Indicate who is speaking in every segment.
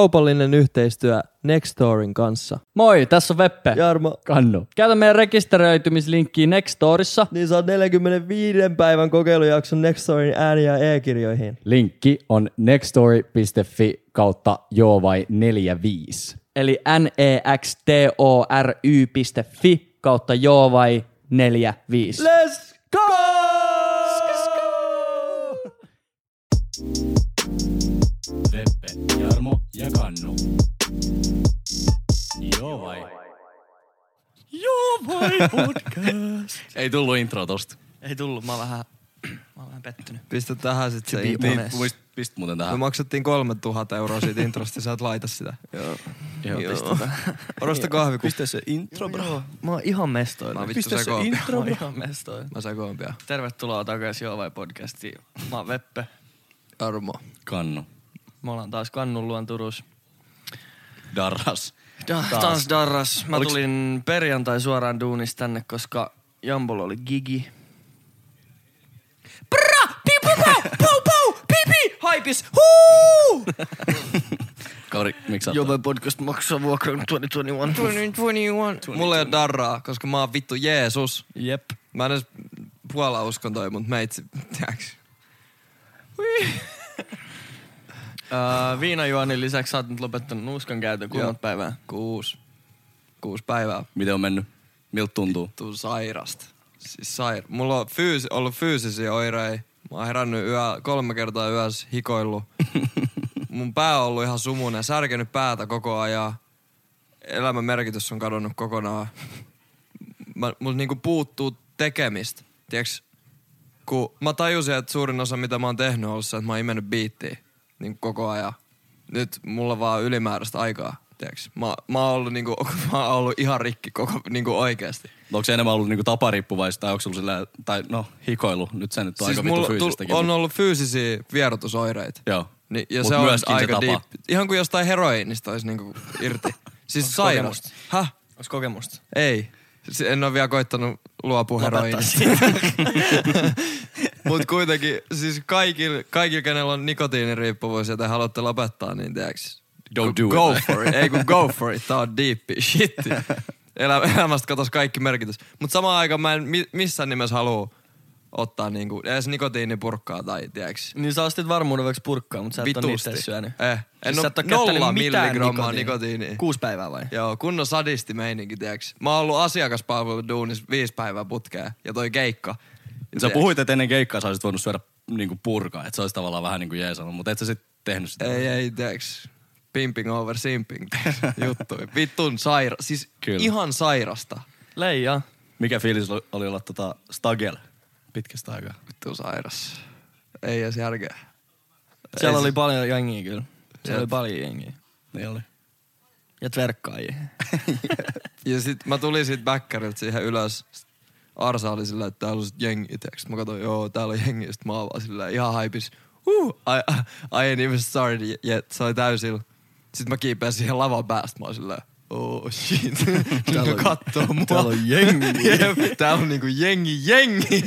Speaker 1: Kaupallinen yhteistyö Nextorin kanssa.
Speaker 2: Moi, tässä on Veppe.
Speaker 1: Jarmo,
Speaker 3: Kannu.
Speaker 2: Käytä meidän rekisteröitymislinkkiä Nextorissa.
Speaker 1: niin saa 45 päivän kokeilujakson Nextorin ääni- ja e-kirjoihin.
Speaker 3: Linkki on nextstory.fi kautta joo vai 45.
Speaker 2: Eli E nextory.fi kautta joo vai 45.
Speaker 1: Let's go!
Speaker 3: Veppe, Jarmo ja Kannu. Joo vai?
Speaker 4: Ei tullut intro tosta.
Speaker 2: Ei tullut, mä oon vähän, mä oon vähän pettynyt.
Speaker 4: Pistä tähän sit se
Speaker 2: intro.
Speaker 4: Pist, pist Niin, muuten
Speaker 5: Me
Speaker 2: Ah.
Speaker 4: tähän.
Speaker 5: maksettiin 3000 euroa siitä introsta, sä et laita sitä. Joo.
Speaker 4: Joo,
Speaker 5: Joo.
Speaker 4: pistetään.
Speaker 5: Orosta kahvikuppi.
Speaker 4: se intro,
Speaker 2: Joo, mä oon ihan mestoilla.
Speaker 5: Mä oon vittu sekoon.
Speaker 2: Mä oon ihan mestoilla.
Speaker 5: Mä sekoon pian.
Speaker 2: Tervetuloa takaisin Joo vai podcastiin. Mä oon Veppe.
Speaker 5: Armo.
Speaker 4: Kannu.
Speaker 2: Me ollaan taas Kannun luon Turussa.
Speaker 4: Darras.
Speaker 2: Da, taas darras. Mä Oliks... tulin perjantai suoraan duunista tänne, koska Jambolla oli gigi. Pra! Pipu Pou! Pou! Pipi! Haipis! Huu!
Speaker 4: Kaveri, miksi sä
Speaker 2: Jove podcast maksaa vuokran 2021.
Speaker 5: 2021. Mulla ei ole darraa, koska mä oon vittu Jeesus.
Speaker 2: Jep.
Speaker 5: Mä en edes puola uskon toi, mut meitsi, tiiäks.
Speaker 2: Öö, viinajuonin lisäksi sä oot nyt lopettanut nuuskan käytön. Kuinka
Speaker 5: Joo.
Speaker 2: monta päivää?
Speaker 5: Kuus. Kuus päivää.
Speaker 4: Miten on mennyt? Miltä tuntuu?
Speaker 5: Tuu sairasta. Siis sair... Mulla on fyysi, ollut fyysisiä oireita. Mä oon herännyt yö, kolme kertaa yössä hikoillut. Mun pää on ollut ihan sumunen, särkenyt päätä koko ajan. Elämän merkitys on kadonnut kokonaan. Mä, mul niinku puuttuu tekemistä, tiiäks? Kun mä tajusin, että suurin osa mitä mä oon tehnyt on ollut se, että mä oon imennyt biittiä niin koko ajan. Nyt mulla on vaan ylimääräistä aikaa, tiiäks? Mä, mä, oon ollut, niinku, mä oon ollut ihan rikki koko, niinku oikeasti.
Speaker 4: Onko se enemmän ollut niinku tapariippuvaista tai onko sulla sillä, tai no hikoilu, nyt se nyt on aika vittu
Speaker 5: Siis mulla
Speaker 4: fyysistäkin.
Speaker 5: on ollut fyysisiä vierotusoireita.
Speaker 4: Joo.
Speaker 5: Ni, ja
Speaker 4: Mut
Speaker 5: se on
Speaker 4: myöskin se
Speaker 5: aika
Speaker 4: tapa.
Speaker 5: deep. Ihan kuin jostain heroiinista olisi niinku irti. siis sairasta.
Speaker 2: kokemusta?
Speaker 5: Häh?
Speaker 2: Onks kokemusta?
Speaker 5: Ei. Siis en ole vielä koittanut luopua heroiinista. Mutta kuitenkin, siis kaikilla, kaikil, kenellä on nikotiiniriippuvuus ja te haluatte lopettaa, niin teaks.
Speaker 4: Don't do
Speaker 5: go
Speaker 4: it.
Speaker 5: for it. Ei kun go for it. Tää on deep shit. Elä, elämästä katos kaikki merkitys. Mutta samaan aikaan mä en mi- missään nimessä halua ottaa niinku, edes nikotiinipurkkaa tai tiiäks.
Speaker 2: Niin sä ostit varmuuden vuoksi purkkaa, mutta sä et ole
Speaker 5: Vitusti.
Speaker 2: itse syönyt. Siis
Speaker 5: Eh, en
Speaker 2: sä et oo
Speaker 5: oo nolla
Speaker 2: käyttänyt mitään
Speaker 5: milligrammaa nikotiinia.
Speaker 2: Kuusi päivää vai?
Speaker 5: Joo, kunnon sadisti meininki, tiiäks. Mä oon ollut asiakaspalvelun duunis viisi päivää putkea ja toi keikka.
Speaker 4: Sä
Speaker 2: Niin
Speaker 5: Tiiäks.
Speaker 4: puhuit, että ennen keikkaa sä olisit voinut syödä niinku purkaa, että se olisi tavallaan vähän niinku jeesannut, mutta et sä sit tehnyt sitä.
Speaker 5: Ei, ei, tiiäks. Pimping over simping juttu. Vittun saira, siis
Speaker 4: Kyllä.
Speaker 5: ihan sairasta.
Speaker 2: Leija.
Speaker 4: Mikä fiilis oli- oli olla tota Stagel pitkästä aikaa?
Speaker 5: Vittu sairas. Ei edes järkeä.
Speaker 2: Siellä
Speaker 5: Ei
Speaker 2: oli
Speaker 5: se-
Speaker 2: paljon jengiä kyllä. Siellä
Speaker 5: Jep.
Speaker 2: oli paljon jengiä.
Speaker 4: Niin oli.
Speaker 2: Ja tverkkaajia.
Speaker 5: Ja sit mä tulin sit bäkkäriltä siihen ylös. Sit Arsa oli sillä, että täällä on sit jengi, tiiäks. Mä katsoin, joo, täällä on jengi. Sit mä oon vaan sillä ihan haipis. Uh, I, I ain't even started yet. Se oli täysillä. Sitten mä kiipeän siihen lavan päästä. Mä oon sillä, oh shit. Täällä on, kattoo mua. Täällä on jengi. täällä on niinku jengi, jengi.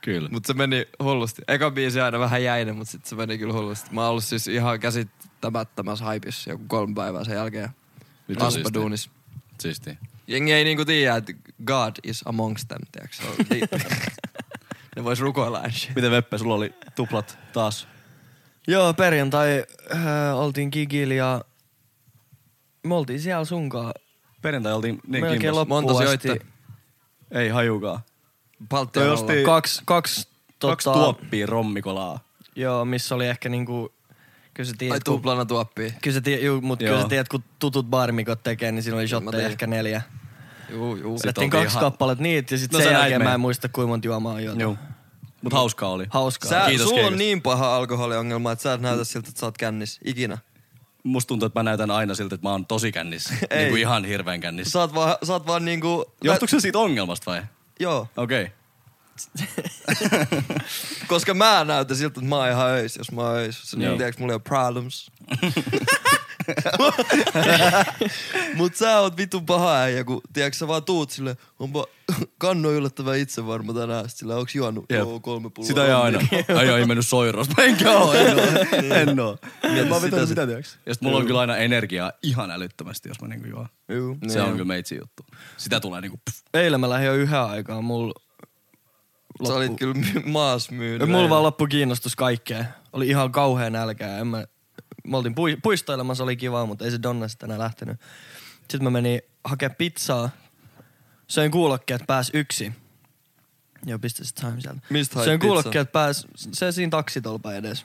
Speaker 4: Kyllä.
Speaker 5: Mut se meni hullusti. Eka biisi aina vähän jäinen, mut sit se meni kyllä hullusti. Mä oon ollut siis ihan käsittämättömässä haipissa joku kolme päivää sen jälkeen.
Speaker 4: Vitu siistiä.
Speaker 5: Aspaduunis.
Speaker 4: Siistiä.
Speaker 5: Jengi ei niinku tiedä, että God is amongst them, tiiäks. Se on deep. ne vois rukoilla and shit.
Speaker 4: Miten Veppe, sulla oli tuplat taas?
Speaker 2: Joo, perjantai äh, oltiin gigillä ja me oltiin siellä sunkaan.
Speaker 4: Perjantai oltiin niin
Speaker 2: Melkein
Speaker 4: kimpas.
Speaker 2: loppuun
Speaker 5: Monta
Speaker 2: asti.
Speaker 5: syöitte?
Speaker 4: Ei hajukaan.
Speaker 5: Palttialla.
Speaker 4: Toi osti-
Speaker 2: Kaksi, kaksi,
Speaker 4: Kaksi
Speaker 2: tota,
Speaker 4: tuoppia rommikolaa.
Speaker 2: Joo, missä oli ehkä niinku... Kyllä sä
Speaker 5: Ai
Speaker 2: tiedät, kun,
Speaker 5: tuplana tuoppia.
Speaker 2: kyllä sä tiedät, juu, mut
Speaker 4: Joo.
Speaker 2: kyllä sä tiedät, kun tutut baarimikot tekee, niin siinä oli shotteja
Speaker 5: tiedän.
Speaker 2: ehkä neljä.
Speaker 5: Juu, juu.
Speaker 4: Sit
Speaker 2: Otettiin
Speaker 4: oltiin
Speaker 2: kaksi
Speaker 4: ihan-
Speaker 2: kappaletta niitä ja sit
Speaker 4: No
Speaker 2: sen
Speaker 4: sä näit
Speaker 2: jälkeen mä
Speaker 4: meidän.
Speaker 2: en muista kuinka monta juomaa on juotu.
Speaker 4: Joo. Mut hauskaa oli.
Speaker 2: Hauskaa.
Speaker 5: Sä,
Speaker 4: Kiitos
Speaker 5: sulla on
Speaker 4: keikosta.
Speaker 5: niin paha alkoholiongelma, että sä et näytä siltä, että sä oot kännis. Ikinä.
Speaker 4: Musta tuntuu, että mä näytän aina siltä, että mä oon tosi kännissä.
Speaker 5: Ei.
Speaker 4: niin kuin ihan hirveän kännissä.
Speaker 5: Sä oot vaan, sä oot vaan niinku...
Speaker 4: Johtuuko se siitä ongelmasta vai?
Speaker 5: Joo.
Speaker 4: Okei. Okay.
Speaker 5: Koska mä näytän siltä, että mä oon ihan öis, jos mä oon öis. Se
Speaker 4: Joo.
Speaker 5: niin, tiedäks, mulla ei ole problems. Mut sä oot vitun paha äijä, kun tiedäks, sä vaan tuut sille, onpa Kanno on yllättävän itsevarma tänään. Sillä onks juonut?
Speaker 4: Jep.
Speaker 5: Joo, kolme niin. pulloa.
Speaker 4: Sitä ei aina. Ai ai, mennyt soirosta. Enkä oo, en oo. En oo.
Speaker 5: Mä oon vetänyt
Speaker 4: sit.
Speaker 5: Niin. sitä, tiiäks?
Speaker 4: Ja sit mulla on kyllä aina energiaa ihan älyttömästi, jos mä niinku juon.
Speaker 5: Juu.
Speaker 4: Se on kyllä meitsi juttu. Sitä tulee niinku... Pff.
Speaker 6: Eilen mä lähdin jo yhden aikaa, mulla
Speaker 7: Sä olit kyllä my- maas
Speaker 6: Ja
Speaker 7: myynyt.
Speaker 6: mulla vaan loppu kiinnostus kaikkeen. Oli ihan kauhea nälkää. En mä, mä oltiin pui, puistoilemassa, oli kivaa, mutta ei se Donna sitten enää lähtenyt. Sitten mä menin hakemaan pizzaa. Söin kuulokkeet, pääs yksi. Joo, pistä se time sieltä.
Speaker 7: Mistä hait
Speaker 6: Söin
Speaker 7: pizzaa?
Speaker 6: kuulokkeet, pääs, se siinä taksitolpa edes.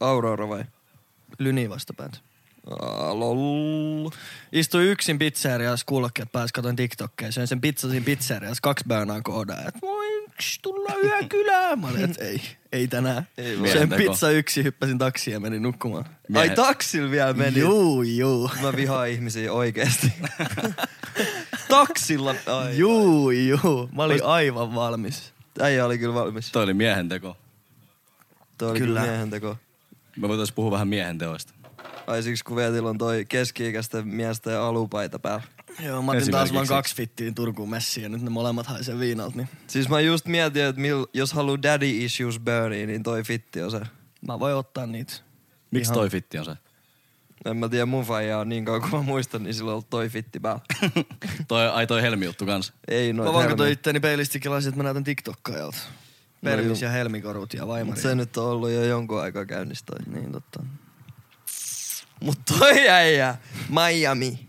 Speaker 7: Aurora vai?
Speaker 6: Lyni vastapäät.
Speaker 7: Aa, lol.
Speaker 6: Istuin yksin pizzeriassa, kuulokkeet pääs, katsoin TikTokkeja. Söin sen pizza siinä pizzeriassa, kaksi böönaa koodaa. Et voi yksi tulla yökylään. Mä olin, et ei, ei tänään. Ei
Speaker 4: voi.
Speaker 6: Söin
Speaker 4: Mielenteko.
Speaker 6: pizza yksi, hyppäsin taksiin ja menin nukkumaan.
Speaker 4: Miehet-
Speaker 5: Ai taksil vielä meni.
Speaker 6: Juu, juu.
Speaker 5: Mä vihaan ihmisiä oikeesti. Taksilla. Ai.
Speaker 6: Juu, juu. Mä olin aivan valmis.
Speaker 5: Äijä oli kyllä valmis.
Speaker 4: Toi oli miehen teko.
Speaker 5: Toi oli kyllä
Speaker 6: Kyllä.
Speaker 5: miehen teko.
Speaker 4: Me voitais puhua vähän miehen teoista.
Speaker 5: Ai siksi kun Veetillä on toi keski-ikäisten miesten alupaita päällä.
Speaker 6: Joo, mä otin taas vaan
Speaker 4: Esimerkiksi.
Speaker 6: kaksi fittiin Turkuun messiin ja nyt ne molemmat haisee viinalta, niin
Speaker 5: Siis mä just mietin, että mil, jos haluu daddy issues burniin, niin toi fitti on se.
Speaker 6: mä voin ottaa niitä.
Speaker 4: Miksi toi fitti on se?
Speaker 5: En mä tiedä, mun faijaa niin kauan kuin mä muistan, niin silloin on ollut toi fitti päällä.
Speaker 4: toi, ai toi helmi juttu kans.
Speaker 5: Ei noin.
Speaker 6: Mä vaan katsoin itteni peilistikilaisia, että mä näytän TikTokkaajalta.
Speaker 4: No
Speaker 6: Permis ja helmikorut ja vaimari.
Speaker 5: Se nyt on ollut jo jonkun aikaa käynnissä toi. Niin totta. Mut toi äijä, Miami.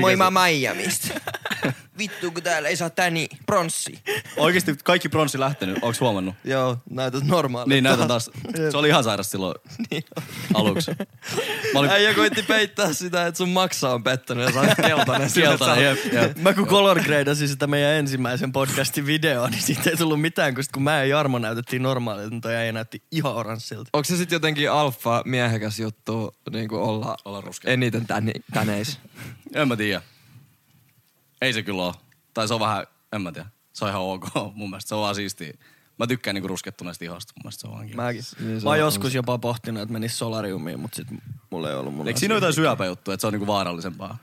Speaker 5: Moi mä Miamista. Vittu kun täällä ei saa täni, pronssi.
Speaker 4: Oikeesti kaikki pronssi lähtenyt, ootko huomannut?
Speaker 5: Joo, näytät normaalilta.
Speaker 4: Niin, näytän taas. Se oli ihan sairas silloin
Speaker 6: Niin
Speaker 4: aluksi. Mä olin
Speaker 5: Äijä koitti peittää sitä, että sun maksa on pettänyt ja sä oot keltainen.
Speaker 4: sieltä, jep, jep.
Speaker 6: Mä kun color gradeasin sitä meidän ensimmäisen podcastin videoa, niin siitä ei tullut mitään, kun sit kun mä ja Jarmo näytettiin normaalilta, niin toi äijä näytti ihan oranssilta.
Speaker 7: Onko se sitten jotenkin alfa miehekäs juttu niin kuin olla,
Speaker 4: Olla ruskea.
Speaker 7: eniten tänne, täneis?
Speaker 4: En mä tiedä. Ei se kyllä oo. Tai se on vähän, en mä tiedä. Se on ihan ok mun mielestä. Se on vaan siistiä. Mä tykkään niinku ruskettuneesta ihosta. Mun mielestä Niin se on vaan kiva.
Speaker 6: Mäkin. Mä oon joskus jopa pohtinut, että menis solariumiin, mutta sit mulla ei ollut mulla.
Speaker 4: Eikö siinä ole jotain syöpäjuttuja, että se on niinku vaarallisempaa?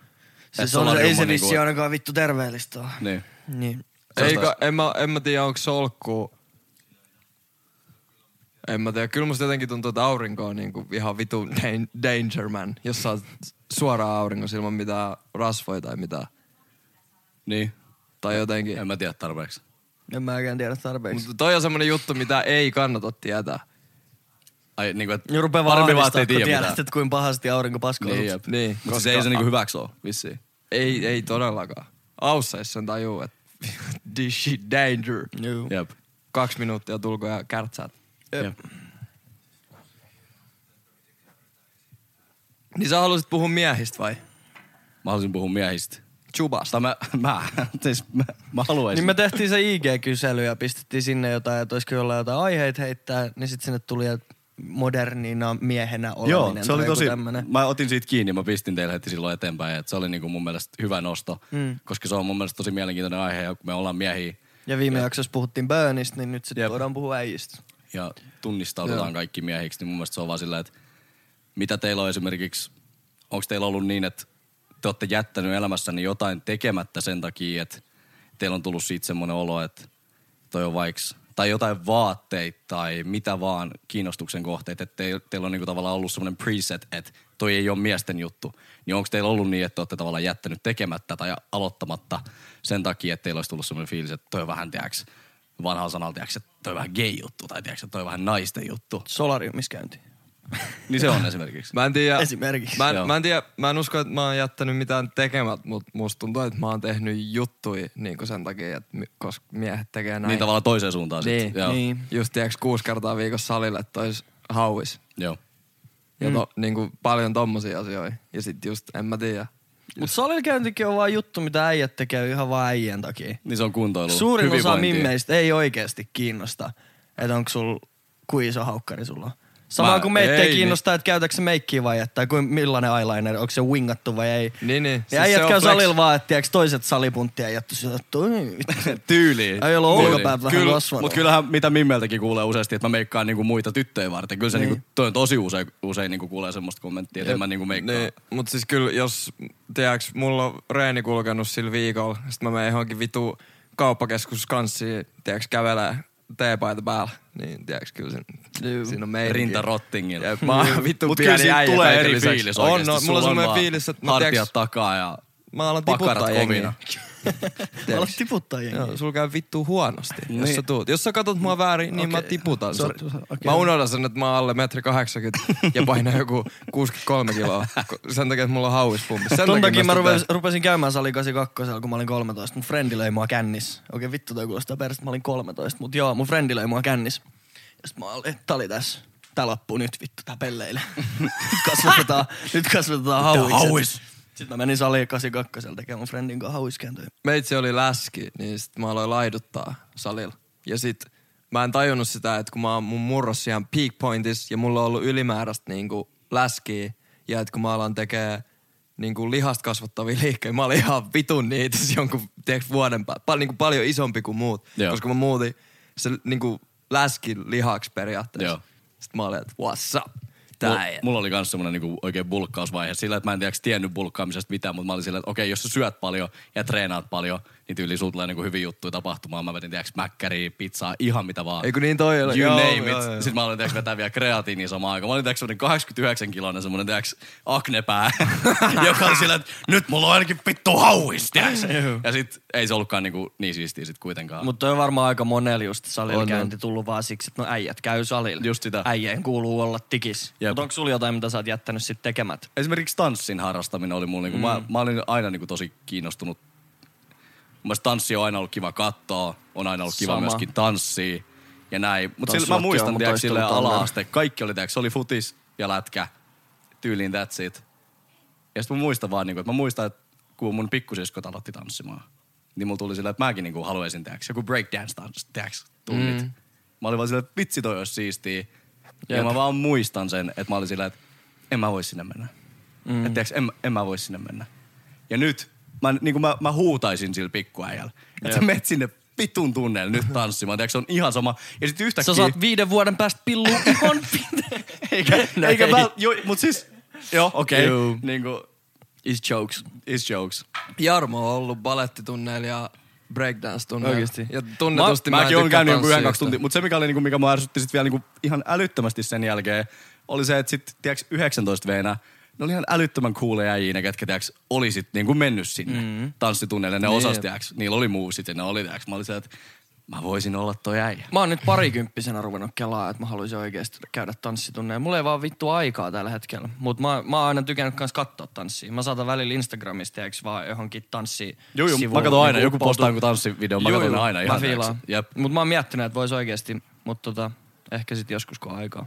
Speaker 6: Siis
Speaker 4: Et
Speaker 6: on, se, ei
Speaker 4: solarium
Speaker 6: se
Speaker 4: on niinku
Speaker 6: vissi ainakaan vittu terveellistä ole.
Speaker 4: Niin.
Speaker 6: Niin.
Speaker 4: Se on
Speaker 7: Eikö,
Speaker 4: taas-
Speaker 7: en mä, en mä tiedä, onko solkku... En mä tiedä, kyllä musta jotenkin tuntuu, että aurinko on niinku ihan vitu dan- danger man, jos sä oot suoraan auringossa ilman mitään rasvoja tai mitään.
Speaker 4: Niin.
Speaker 7: Tai jotenkin.
Speaker 4: En mä tiedä tarpeeksi.
Speaker 6: En mäkään tiedä tarpeeksi.
Speaker 7: Mutta toi on semmonen juttu, mitä ei kannata tietää.
Speaker 4: Ai niinku, et
Speaker 6: Niin rupeaa vaan
Speaker 4: parempi vaan,
Speaker 6: ahdistaa,
Speaker 4: ettei
Speaker 6: kun
Speaker 4: tiedä
Speaker 6: tiedät,
Speaker 4: mitään.
Speaker 6: että kuinka pahasti aurinko paskoo.
Speaker 4: Niin,
Speaker 6: sut.
Speaker 4: jep.
Speaker 7: Niin,
Speaker 4: Mutta
Speaker 7: koska-
Speaker 4: se ei se niinku hyväksi oo, vissiin.
Speaker 7: Ei, ei todellakaan. Ausseissa sen tajuu, että this shit danger.
Speaker 6: Juu.
Speaker 4: Jep.
Speaker 7: Kaksi minuuttia tulko ja kärtsäät.
Speaker 4: Jep.
Speaker 7: Niin sä halusit puhua miehistä vai?
Speaker 4: Mä haluaisin puhua miehistä.
Speaker 7: Chubasta.
Speaker 4: Tai mä, mä, siis mä, mä haluaisin.
Speaker 6: Niin me tehtiin se IG-kysely ja pistettiin sinne jotain, että olisiko jollain jotain aiheita heittää, niin sitten sinne tuli että modernina miehenä oleminen.
Speaker 4: Joo, se oli
Speaker 6: tai joku
Speaker 4: tosi,
Speaker 6: Tämmönen.
Speaker 4: mä otin siitä kiinni ja mä pistin teille heti silloin eteenpäin, että se oli niinku mun mielestä hyvä nosto, mm. koska se on mun mielestä tosi mielenkiintoinen aihe ja kun me ollaan miehiä
Speaker 6: Ja viime jaksossa puhuttiin Burnista, niin nyt sitten
Speaker 4: Jep.
Speaker 6: voidaan puhua äijistä.
Speaker 4: ja tunnistaudutaan Joo. kaikki miehiksi, niin mun mielestä se on vaan sillä, että mitä teillä on esimerkiksi, onko teillä ollut niin, että te olette jättänyt elämässäni jotain tekemättä sen takia, että teillä on tullut siitä semmoinen olo, että toi on vaiks, tai jotain vaatteita tai mitä vaan kiinnostuksen kohteita, että te, teillä on niinku tavallaan ollut semmoinen preset, että toi ei ole miesten juttu. Niin onko teillä ollut niin, että olette tavallaan jättänyt tekemättä tai aloittamatta sen takia, että teillä olisi tullut semmoinen fiilis, että toi on vähän, tiiäks, vanhaa sanalla, tiiäks, että toi on vähän gay-juttu tai tiiäks, että toi on vähän naisten juttu.
Speaker 6: Solariumissa käyntiin.
Speaker 4: Niin se on esimerkiksi.
Speaker 7: Mä en tiedä.
Speaker 6: Esimerkiksi.
Speaker 7: Mä en,
Speaker 4: Joo.
Speaker 7: mä en tiedä, mä en usko, että mä oon jättänyt mitään tekemät, mutta musta tuntuu, että mä oon tehnyt juttuja niin sen takia, että mi- koska miehet tekee näin.
Speaker 4: Niin tavallaan toiseen suuntaan
Speaker 7: niin,
Speaker 4: sitten. Joo.
Speaker 7: niin. Just tiedäks kuusi kertaa viikossa salille, että ois hauis.
Speaker 4: Joo.
Speaker 7: Ja to, mm. niin kuin paljon tommosia asioita. Ja sit just, en mä tiedä.
Speaker 6: Mutta salilkäyntikin on vaan juttu, mitä äijät tekee ihan vaan äijien takia.
Speaker 4: Niin se on kuntoilu.
Speaker 6: Suurin osa
Speaker 4: hyvinvointia.
Speaker 6: mimmeistä ei oikeasti kiinnosta, että onko sul kuin iso haukkari sulla on. Sama
Speaker 4: Mä-
Speaker 6: kuin meitä
Speaker 4: ei niin-
Speaker 6: ei kiinnostaa, että käytätkö se meikkiä vai että kuin millainen eyeliner, onko se wingattu vai ei.
Speaker 5: Niin, niin.
Speaker 4: siis
Speaker 7: Siis
Speaker 6: Ja
Speaker 5: se
Speaker 6: äijät
Speaker 5: on
Speaker 6: käy
Speaker 5: flex.
Speaker 6: salilla vaan, että tiiäks, toiset salipunttia ja jättä sillä, että toi vittu.
Speaker 4: Tyyliin.
Speaker 6: Ei ole olkapäät
Speaker 4: Tyyliin.
Speaker 6: vähän
Speaker 4: Kyllä,
Speaker 6: kasvanut.
Speaker 4: Mutta kyllähän mitä Mimmeltäkin kuulee useasti, että mä meikkaan niinku muita tyttöjä varten. Kyllä se
Speaker 6: Niin.
Speaker 4: niin. niinku, toi on tosi usein, usein niinku kuulee semmoista kommenttia, että en mä niinku meikkaa.
Speaker 5: Niin, mut siis kyllä jos, tiedäks, mulla on reeni kulkenut sillä viikolla, sit mä menen johonkin vitu kauppakeskus kanssiin, tiedäks, kävelee teepaita päällä, niin tiedäks, kyllä sen, siinä on meininki.
Speaker 4: Rinta rottingilla. Mm.
Speaker 5: Jep, mä oon vittu
Speaker 4: Mut
Speaker 5: pieni
Speaker 4: kyllä siitä
Speaker 5: äijä
Speaker 4: tulee
Speaker 5: kaiken
Speaker 4: eri
Speaker 5: lisäksi.
Speaker 4: fiilis
Speaker 5: On,
Speaker 4: oikeesti.
Speaker 5: no, mulla on
Speaker 4: Sulla
Speaker 5: semmoinen
Speaker 4: vaan
Speaker 5: fiilis, että mä
Speaker 4: hartiat
Speaker 5: tiiäks-
Speaker 4: takaa ja
Speaker 5: Mä alan
Speaker 4: pakarat
Speaker 5: tiputtaa jengiä.
Speaker 4: kovina.
Speaker 6: Älä tiputtaa jengiä.
Speaker 5: Joo, sulla käy vittu huonosti, niin. jos
Speaker 4: Niin.
Speaker 5: sä tuut. Jos sä katot mua väärin, niin mä tiputan sut. Mä unohdan sen, että mä oon alle metri 80 ja painan joku 63 kiloa. ko- Sen takia, että mulla on hauispumpi. Sen
Speaker 6: Ton takia mä
Speaker 5: sitä
Speaker 6: rupes,
Speaker 5: teen.
Speaker 6: rupesin käymään sali 82, kun mä olin 13. Mun frendi löi mua kännis. Okei vittu toi kuulostaa perästä, mä olin 13. Mut joo, mun frendi löi mua kännis. Ja sit mä olin, tää oli tässä. Tää loppuu nyt vittu, tää pelleillä. nyt kasvatetaan, nyt kasvatetaan hauikset.
Speaker 4: hauis.
Speaker 6: Sitten mä menin saliin 82 tekemään mun friendin kanssa hauiskääntöjä.
Speaker 5: Meitsi oli läski, niin sit mä aloin laiduttaa salilla. Ja sit mä en tajunnut sitä, että kun mä oon mun murros ihan peak pointissa ja mulla on ollut ylimääräistä niinku läskiä. Ja että kun mä alan tekee niinku lihasta kasvattavia liikkeitä, mä olin ihan vitun niitä jonkun tiedätkö, vuoden päästä. Pal- niinku paljon isompi kuin muut.
Speaker 4: Joo.
Speaker 5: Koska mä muutin se niinku läski lihaksi periaatteessa.
Speaker 4: Joo.
Speaker 5: Sitten mä olin, että what's up?
Speaker 4: Mulla,
Speaker 5: Tää ei-
Speaker 4: mulla oli myös semmoinen niinku oikein bulkkausvaihe sillä, että mä en tiedäks tiennyt bulkkaamisesta mitään, mutta mä olin sillä, että okei, jos sä syöt paljon ja treenaat paljon, niin tyyli sulla tulee niinku hyviä juttuja tapahtumaan. Mä vedin tiedäks mäkkäriä, pizzaa, ihan mitä vaan.
Speaker 5: Eikö niin toi oli?
Speaker 4: You
Speaker 5: Joo,
Speaker 4: joo, name it.
Speaker 5: joo, joo.
Speaker 4: Sitten mä olin tiedäks vetää vielä kreatiiniä samaan aikaan. Mä olin tiedäks semmonen 89 kiloinen semmonen tiedäks aknepää, joka on sillä, että nyt mulla on ainakin vittu hauis, tiedäks. ja sit ei se ollutkaan niinku niin siistiä sit kuitenkaan.
Speaker 6: Mutta on varmaan aika monella just salilla
Speaker 5: On,
Speaker 6: käynti tullut vaan siksi, että no äijät käy salilla.
Speaker 4: Just sitä.
Speaker 6: Äijien kuuluu olla tikis.
Speaker 4: Jep.
Speaker 6: Mutta onko sulla jotain, mitä sä oot jättänyt sit tekemättä?
Speaker 4: esimerkiksi tanssin harrastaminen oli mulla, niinku, mm. mä, mä olin aina niinku tosi kiinnostunut. Mun mielestä tanssi on aina ollut kiva katsoa, on aina ollut kiva
Speaker 6: Sama.
Speaker 4: Sama. myöskin tanssia ja näin. Mutta mä
Speaker 6: Tanssilattia on
Speaker 4: muistan,
Speaker 6: mun
Speaker 4: tiedätkö,
Speaker 6: toista
Speaker 4: sille
Speaker 6: ollut talvella.
Speaker 4: ala-aste, kaikki oli, tiedätkö, se oli futis ja lätkä, tyyliin that's it. Ja sitten mä muistan vaan, niinku, että mä muistan, että kun mun pikkusiskot aloitti tanssimaan, niin mulla tuli silleen, että mäkin niinku haluaisin, tiedätkö, joku breakdance tanssi, tiedätkö, tunnit. Mm. Mä olin vaan silleen, että vitsi toi olisi siistiä. Ja
Speaker 6: Jep.
Speaker 4: mä vaan muistan sen, että mä olin silleen, että en mä voi sinne mennä. Mm. Että tiiäks, en, en mä voi sinne mennä. Ja nyt mä, niin kuin mä, mä huutaisin sillä pikkuäijällä, että sä menet sinne vitun tunneille nyt tanssimaan. Tiiäks, se on ihan sama. Ja sit yhtäkkiä...
Speaker 6: Sä saat viiden vuoden päästä pilluun ihan
Speaker 4: Niin. eikä,
Speaker 6: No
Speaker 4: eikä
Speaker 6: ei.
Speaker 4: väl, jo, mut siis... Joo, okei.
Speaker 6: Juu.
Speaker 4: Okay. Niin kuin,
Speaker 6: Is jokes.
Speaker 4: is jokes.
Speaker 5: Jarmo on ollut balettitunneilla ja breakdance-tunneilla.
Speaker 6: Oikeesti?
Speaker 5: Ja tunnetusti mä,
Speaker 4: mäkin
Speaker 5: en
Speaker 4: on
Speaker 5: tykkää
Speaker 4: käynyt joku yhden kaksi
Speaker 5: tanssijoista.
Speaker 4: tuntia, mutta se mikä, oli, niinku, mikä mä ärsytti sit vielä niinku, ihan älyttömästi sen jälkeen, oli se, että sit, tiiäks, 19 veinä, ne oli ihan älyttömän kuuleja äijiä, ne ketkä, tiiäks, oli sit niinku mennyt sinne mm. tanssitunneille, ne niin. osas, tiiäks, niillä oli muusit ja ne oli, tiiäks, mä olin se, että mä voisin olla toi äijä.
Speaker 6: Mä oon nyt parikymppisenä ruvennut kelaa, että mä haluaisin oikeasti käydä tanssitunneja. Mulla ei vaan vittu aikaa tällä hetkellä, mutta mä, mä oon aina tykännyt kanssa katsoa tanssia. Mä saatan välillä Instagramista, eikö vaan johonkin tanssisivuun. niinku
Speaker 4: Joo, joo, mä katson aina, joku postaa jonkun
Speaker 6: joku
Speaker 4: tanssivideon, mä katson aina
Speaker 6: mä
Speaker 4: ihan,
Speaker 6: fiilaan.
Speaker 4: tiiäks, Jep.
Speaker 6: Mut mä oon miettinyt, että vois oikeasti, mutta tota, ehkä sit joskus kun on aikaa.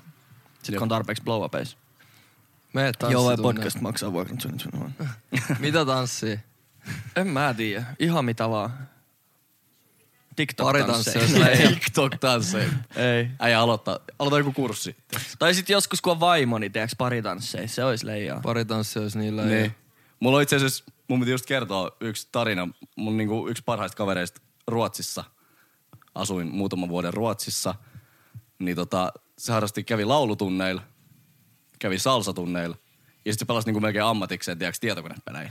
Speaker 6: Sitten
Speaker 4: Jep.
Speaker 6: kun on tarpeeksi blow upeissa.
Speaker 5: Mene
Speaker 6: Joo, vai
Speaker 5: tanssitunneille.
Speaker 6: podcast maksaa vuokran sun- sun- sun-
Speaker 5: Mitä tanssia?
Speaker 6: En mä tiedä, ihan mitä vaan.
Speaker 5: Pari
Speaker 6: TikTok-tansseja.
Speaker 5: tanssia. Ei.
Speaker 4: TikTok-tansseja.
Speaker 6: Ei.
Speaker 4: Äijä aloittaa, aloittaa joku kurssi.
Speaker 6: Tai sitten joskus, kun on vaimo, niin teeks paritansseja. Se olisi leijaa.
Speaker 5: Pari tanssia olisi niillä.
Speaker 4: Niin. Mulla on itse asiassa, mun piti just kertoa yksi tarina. Mun niinku yksi parhaista kavereista Ruotsissa. Asuin muutaman vuoden Ruotsissa. Niin tota, se harrasti, kävi laulutunneilla, kävi salsatunneilla. Ja sitten se pelasi niinku melkein ammatikseen, tiedäks, tietokonepelejä.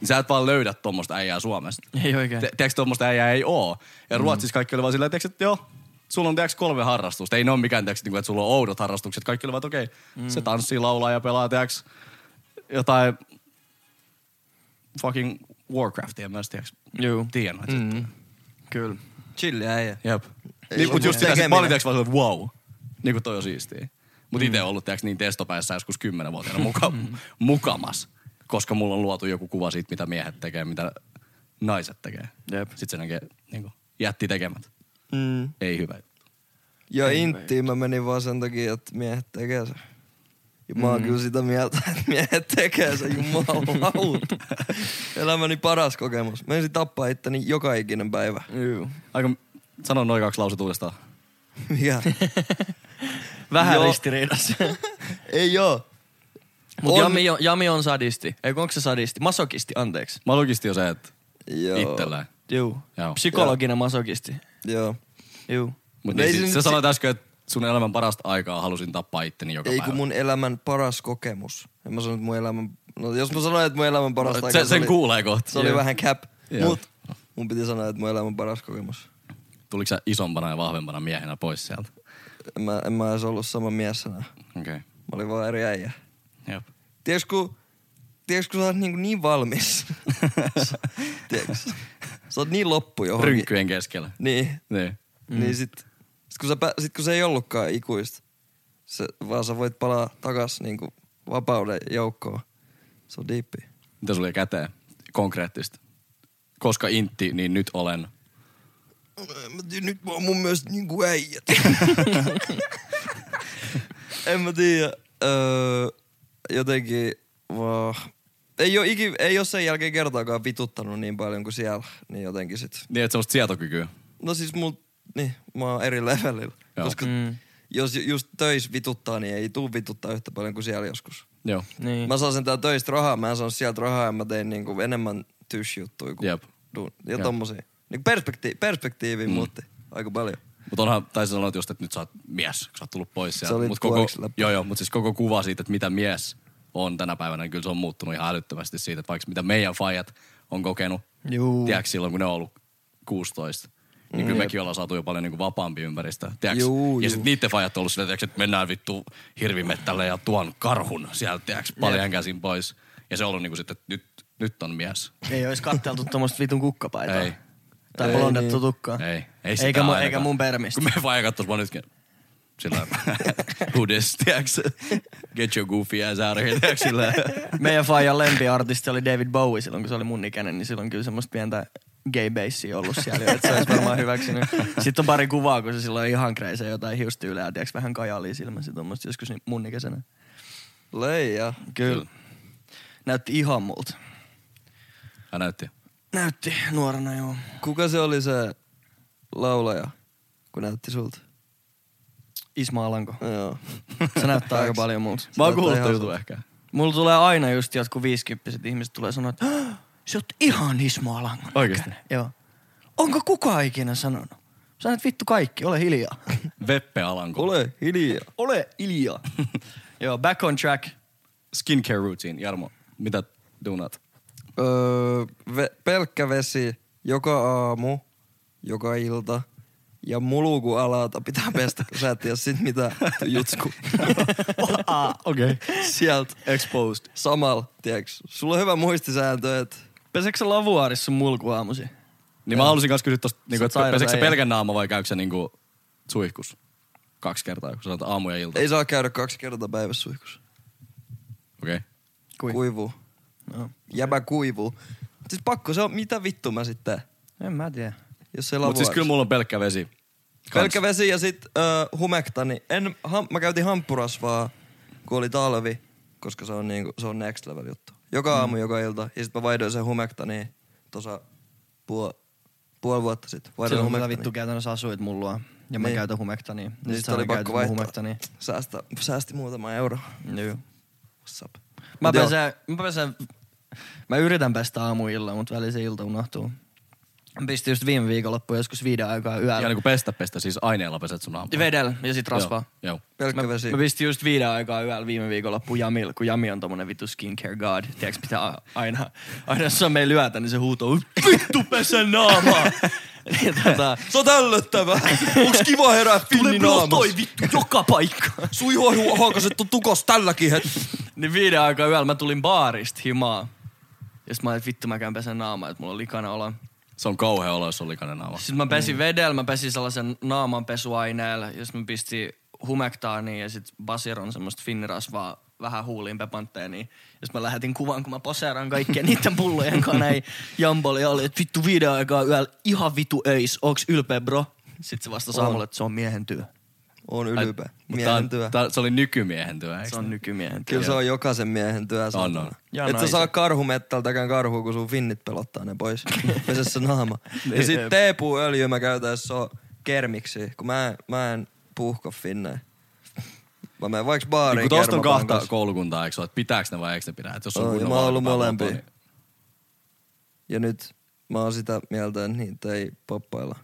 Speaker 4: Niin sä et vaan löydä tuommoista äijää Suomesta.
Speaker 6: Ei oikein.
Speaker 4: Te- Tiedätkö, tuommoista äijää ei oo. Ja Ruotsissa kaikki oli vaan silleen, tiedätkö, että joo, sulla on tiedätkö, kolme harrastusta. Ei ne ole mikään, tiedätkö, niinku, että sulla on oudot harrastukset. Kaikki oli vaan, että okei, mm. se tanssii, laulaa ja pelaa, tiedätkö, jotain fucking Warcraftia myös, tiedätkö.
Speaker 6: Juu.
Speaker 4: Tiedän, että mm.
Speaker 6: Kyllä.
Speaker 5: Chilli äijä.
Speaker 4: Jep.
Speaker 8: Ei
Speaker 4: Niin,
Speaker 8: se
Speaker 4: mutta just sitä,
Speaker 8: tekeminen.
Speaker 4: että mä olin, tiedätkö, vaan silleen, wow. Niin kuin toi on siistiä. Mutta itse ollut, tiedätkö, niin testopäissä joskus kymmenenvuotiaana muka, mukamas. Koska mulla on luotu joku kuva siitä, mitä miehet tekee, mitä naiset tekee.
Speaker 6: Jep.
Speaker 4: Sitten se näkee, niin kuin, jätti tekemät.
Speaker 8: Mm.
Speaker 4: Ei hyvä juttu.
Speaker 8: Ja inttiin mä menin vaan sen takia, että miehet tekee sen. Ja mä oon kyllä sitä mieltä, että miehet tekee sen jumalauta. Elämäni paras kokemus. Mä ensin tappaa itteni joka ikinen päivä.
Speaker 6: Juu.
Speaker 4: Aika, sano noin kaksi lausetta uudestaan.
Speaker 8: Mikä?
Speaker 6: vähän
Speaker 5: Joo.
Speaker 6: ristiriidassa.
Speaker 5: Ei oo.
Speaker 6: Mut
Speaker 5: On.
Speaker 6: Jami, on, Jami on sadisti. Ei, kun onko se sadisti? Masokisti, anteeksi.
Speaker 4: Malukisti on se, että
Speaker 5: Joo.
Speaker 4: itsellään.
Speaker 6: Juu.
Speaker 4: Joo.
Speaker 6: Psykologinen masokisti.
Speaker 5: Joo.
Speaker 6: Juu.
Speaker 4: Mut
Speaker 5: No ei
Speaker 4: niin,
Speaker 5: se
Speaker 4: siis,
Speaker 5: nyt
Speaker 4: sä
Speaker 5: si-
Speaker 4: sanoit äsken, että sun elämän parasta aikaa halusin tappaa itteni joka
Speaker 5: Ei
Speaker 4: päivä.
Speaker 5: kun mun elämän paras kokemus. En mä sano, että mun elämän... No, jos mä sanoin, että mun elämän paras
Speaker 4: Se-
Speaker 5: no,
Speaker 4: sen kuulee kohta.
Speaker 5: Se oli
Speaker 4: Joo.
Speaker 5: vähän cap.
Speaker 4: Joo.
Speaker 5: Mut mun piti sanoa, että mun elämän paras kokemus.
Speaker 4: Tuliko sä isompana ja vahvempana miehenä pois sieltä?
Speaker 5: En mä, en mä edes ollut sama mies enää.
Speaker 4: Okei. Okay.
Speaker 5: Mä olin vaan eri äijä.
Speaker 4: Jep.
Speaker 5: Tiedätkö, kun, tiedätkö, kun sä oot niin, niin valmis? tiedätkö? Sä oot niin loppu johonkin.
Speaker 4: Rynkkyjen keskellä.
Speaker 5: Niin.
Speaker 4: Niin.
Speaker 5: Mm. Niin sit, sit, kun sä, pä- sit kun se ei ollutkaan ikuista, se, vaan sä voit palaa takas niinku vapauden joukkoon. Se on diippi.
Speaker 4: Mitä sulla oli käteen? Konkreettista. Koska intti, niin nyt olen.
Speaker 5: En mä tiedä, nyt mä oon mun mielestä niinku äijät. en mä tiedä. Öö, jotenkin vaan... Ei oo, iki, ei oo sen jälkeen kertaakaan vituttanut niin paljon kuin siellä, niin jotenkin sit.
Speaker 4: Niin, että semmoista sietokykyä.
Speaker 5: No siis mul, niin, mä oon eri levelillä.
Speaker 4: Joo.
Speaker 5: Koska mm. jos ju- just töis vituttaa, niin ei tuu vituttaa yhtä paljon kuin siellä joskus.
Speaker 4: Joo.
Speaker 6: Niin.
Speaker 5: Mä saan sen täällä töistä rahaa, mä en saanut sieltä rahaa ja mä tein niinku enemmän tyysjuttuja kuin
Speaker 4: Jep.
Speaker 5: duun- ja
Speaker 4: Jep.
Speaker 5: tommosia. Niin perspekti- perspektiivi mm. muutti aika paljon.
Speaker 4: Mutta onhan, tai sä sanoit just, että nyt sä oot mies, kun sä oot tullut pois sieltä.
Speaker 5: olit
Speaker 4: Mut koko,
Speaker 5: puoliksi läpi.
Speaker 4: joo, joo, mutta siis koko kuva siitä, että mitä mies on tänä päivänä, niin kyllä se on muuttunut ihan älyttömästi siitä, että vaikka mitä meidän fajat on kokenut,
Speaker 6: Juu.
Speaker 4: tiedätkö silloin, kun ne on ollut 16, niin kyllä mekin ollaan saatu jo paljon niin kuin vapaampi ympäristö. Tiedätkö?
Speaker 5: Mm, Juu,
Speaker 4: ja
Speaker 5: juu.
Speaker 4: sitten niiden fajat on ollut silleen, tiedätkö, että mennään vittu hirvimettälle ja tuon karhun sieltä, tiedätkö, paljon käsin pois. Ja se on ollut niin kuin sitten, että nyt, nyt on mies.
Speaker 6: Ei ois katteltu tommosta vitun kukkapaitaa.
Speaker 4: Ei.
Speaker 6: Tai
Speaker 5: Ei,
Speaker 6: blondettu
Speaker 5: niin.
Speaker 6: tukkaa.
Speaker 4: Ei, ei sitä
Speaker 6: eikä, mu,
Speaker 4: ainakaan.
Speaker 6: eikä mun permistä.
Speaker 4: Kun me vaan katsois vaan nytkin. Sillä hudis, tiiäks? Get your goofy ass out of here, tiiäks? Sillä
Speaker 6: Meidän Fajan lempiartisti oli David Bowie silloin, kun se oli mun ikäinen, niin silloin kyllä semmoista pientä gay bassia ollut siellä, jo, että se olisi varmaan hyväksynyt. Sitten on pari kuvaa, kun se silloin ihan kreisee jotain hiustyylää, ja tiiäks, vähän kajali silmässä tuommoista joskus niin mun ikäisenä.
Speaker 5: Leija.
Speaker 6: Kyllä. Näytti ihan multa.
Speaker 4: Hän näytti.
Speaker 6: Näytti nuorena, joo.
Speaker 5: Kuka se oli se laulaja, kun näytti sulta?
Speaker 6: Isma Alanko.
Speaker 5: No, joo.
Speaker 6: Se näyttää aika paljon multa.
Speaker 4: Mä oon
Speaker 5: Näyttää
Speaker 4: kuullut
Speaker 5: ihan
Speaker 4: ton jutun ehkä.
Speaker 6: Mulla tulee aina just jotkut viisikymppiset ihmiset tulee sanoa, että "Hä? sä oot ihan Ismo Alangon
Speaker 4: Oikeesti?
Speaker 6: näköinen." Joo. Onko kukaan ikinä sanonut? Sanoit vittu kaikki, ole hiljaa.
Speaker 4: Veppe Alanko.
Speaker 5: Ole hiljaa.
Speaker 6: ole hiljaa. Joo, back on track.
Speaker 4: Skincare routine. Jarmo, mitä duunat?
Speaker 5: Öö, ve- pelkkä vesi joka aamu, joka ilta. Ja muluku alata pitää pestä, kun sä et tiedä sit mitä jutsku.
Speaker 4: Okei.
Speaker 5: Sieltä
Speaker 6: Exposed.
Speaker 5: samalla, tiiäks. Sulla on hyvä muistisääntö, että
Speaker 6: Pesekö sä lavuaarissa sun mulkuaamusi?
Speaker 4: Niin mä halusin kanssa kysyä tosta, niinku,
Speaker 6: oot
Speaker 4: että
Speaker 6: sairas
Speaker 4: peseekö se
Speaker 6: äijä.
Speaker 4: pelkän naama vai käykö se niinku suihkus? Kaksi kertaa, kun sanotaan aamu ja ilta.
Speaker 5: ei saa käydä kaksi kertaa päivässä suihkussa.
Speaker 4: Okei. Okay.
Speaker 6: Kui?
Speaker 5: Kuivuu.
Speaker 6: No,
Speaker 5: Jäbä kuivuu. Siis pakko, se on, mitä vittu mä sitten teen,
Speaker 6: en mä tiedä.
Speaker 5: jos ei
Speaker 4: Mut siis
Speaker 5: lavuaarissa.
Speaker 4: kyllä mulla on pelkkä vesi. Kans.
Speaker 5: Pelkkä vesi ja sit uh, humekta, niin en, ham, mä käytin hamppurasvaa, kun oli talvi, koska se on, niinku, se on next level juttu. Joka
Speaker 6: Mm.
Speaker 5: aamu, joka ilta. Ja sit mä vaihdoin sen humekta, niin tuossa puol, puoli vuotta sitten vaihdoin
Speaker 6: Silloin kun
Speaker 5: humekta.
Speaker 6: mä vittu käytännössä asuit mullua ja mä
Speaker 5: Niin.
Speaker 6: käytän humekta, niin,
Speaker 5: niin
Speaker 6: sit
Speaker 5: sit
Speaker 6: sä aina
Speaker 5: oli
Speaker 6: käytät
Speaker 5: pakko
Speaker 6: mun
Speaker 5: vaihtaa.
Speaker 6: humekta, niin.
Speaker 5: Säästä, säästi muutama euro.
Speaker 6: Joo.
Speaker 5: What's up?
Speaker 6: Mä
Speaker 5: Mut joo,
Speaker 6: pesen, mä pesen, mä yritän pestä aamuilla, mutta välillä se ilta unohtuu. Mä pistin just viime viikonloppu joskus viiden aikaa yöllä.
Speaker 4: Ja niinku pestä pestä, siis aineella peset sun aamu.
Speaker 6: Vedellä ja sit rasvaa.
Speaker 4: Joo. joo.
Speaker 5: Pelkkä
Speaker 6: Mä,
Speaker 5: vesi.
Speaker 6: mä pistin just viiden aikaa yöllä viime viikonloppu Jamil, kun Jami on tommonen vittu skincare god. Tiedätkö, pitää a- aina, aina jos se me lyötä, niin se huutoo, vittu pesä naamaa. niin, tota,
Speaker 5: Se on tällöttävä. Onks kiva herää
Speaker 6: Tule
Speaker 5: finnin
Speaker 6: toi
Speaker 5: aamussa?
Speaker 6: vittu joka paikka.
Speaker 5: Sun juohuokaset on tukos tälläkin hetkellä.
Speaker 6: niin viiden aikaa yöllä mä tulin baarista himaa. Ja sit mä olin, että vittu mä käyn pesän naamaa, että mulla on likana olo.
Speaker 4: Se on kauhea olo, jos on likainen naama.
Speaker 6: Sitten mä pesin
Speaker 4: Mm.
Speaker 6: vedellä, mä pesin sellaisen naamanpesuaineella, jos mä pistin humektaaniin ja sit Basiron semmoista finnirasvaa vähän huuliin pepantteeniin. Ja sit mä lähetin kuvan, kun mä poseeraan kaikkien niiden pullojen kanssa näin jamboli oli, että vittu viiden aikaa yöllä ihan vitu öis, ooks ylpeä bro? Sitten se vastasi aamulla, että se on miehen työ.
Speaker 5: On ylpeä.
Speaker 4: Mutta
Speaker 5: Miehen työ.
Speaker 4: Tää, se oli nykymiehen työ, eikö?
Speaker 6: Se on nykymiehen työ.
Speaker 5: Kyllä se on jokaisen miehen työ. saatana.
Speaker 4: on.
Speaker 6: Ja
Speaker 5: Et sä
Speaker 6: naisen.
Speaker 5: saa karhumettältäkään karhua, kun sun finnit pelottaa ne pois. Pesä se naama.
Speaker 4: Niin.
Speaker 5: ja sit
Speaker 6: Jep.
Speaker 5: teepuuöljy mä käytän, jos se on kermiksi. Kun mä, en- mä en puhko finnejä. Mä menen vaikka baariin
Speaker 4: Niin, kun tosta on
Speaker 5: kermapallon
Speaker 4: kahta
Speaker 5: kanssa.
Speaker 4: koulukuntaa, eikö se ole, että pitääkö ne vai eikö ne pidä? Et jos on
Speaker 5: Joo, ja
Speaker 4: kunnon
Speaker 5: mä oon ollut
Speaker 4: valkoinen
Speaker 5: molempi.
Speaker 4: pallo, niin-
Speaker 5: Ja nyt mä oon sitä mieltä, että niitä ei poppailla.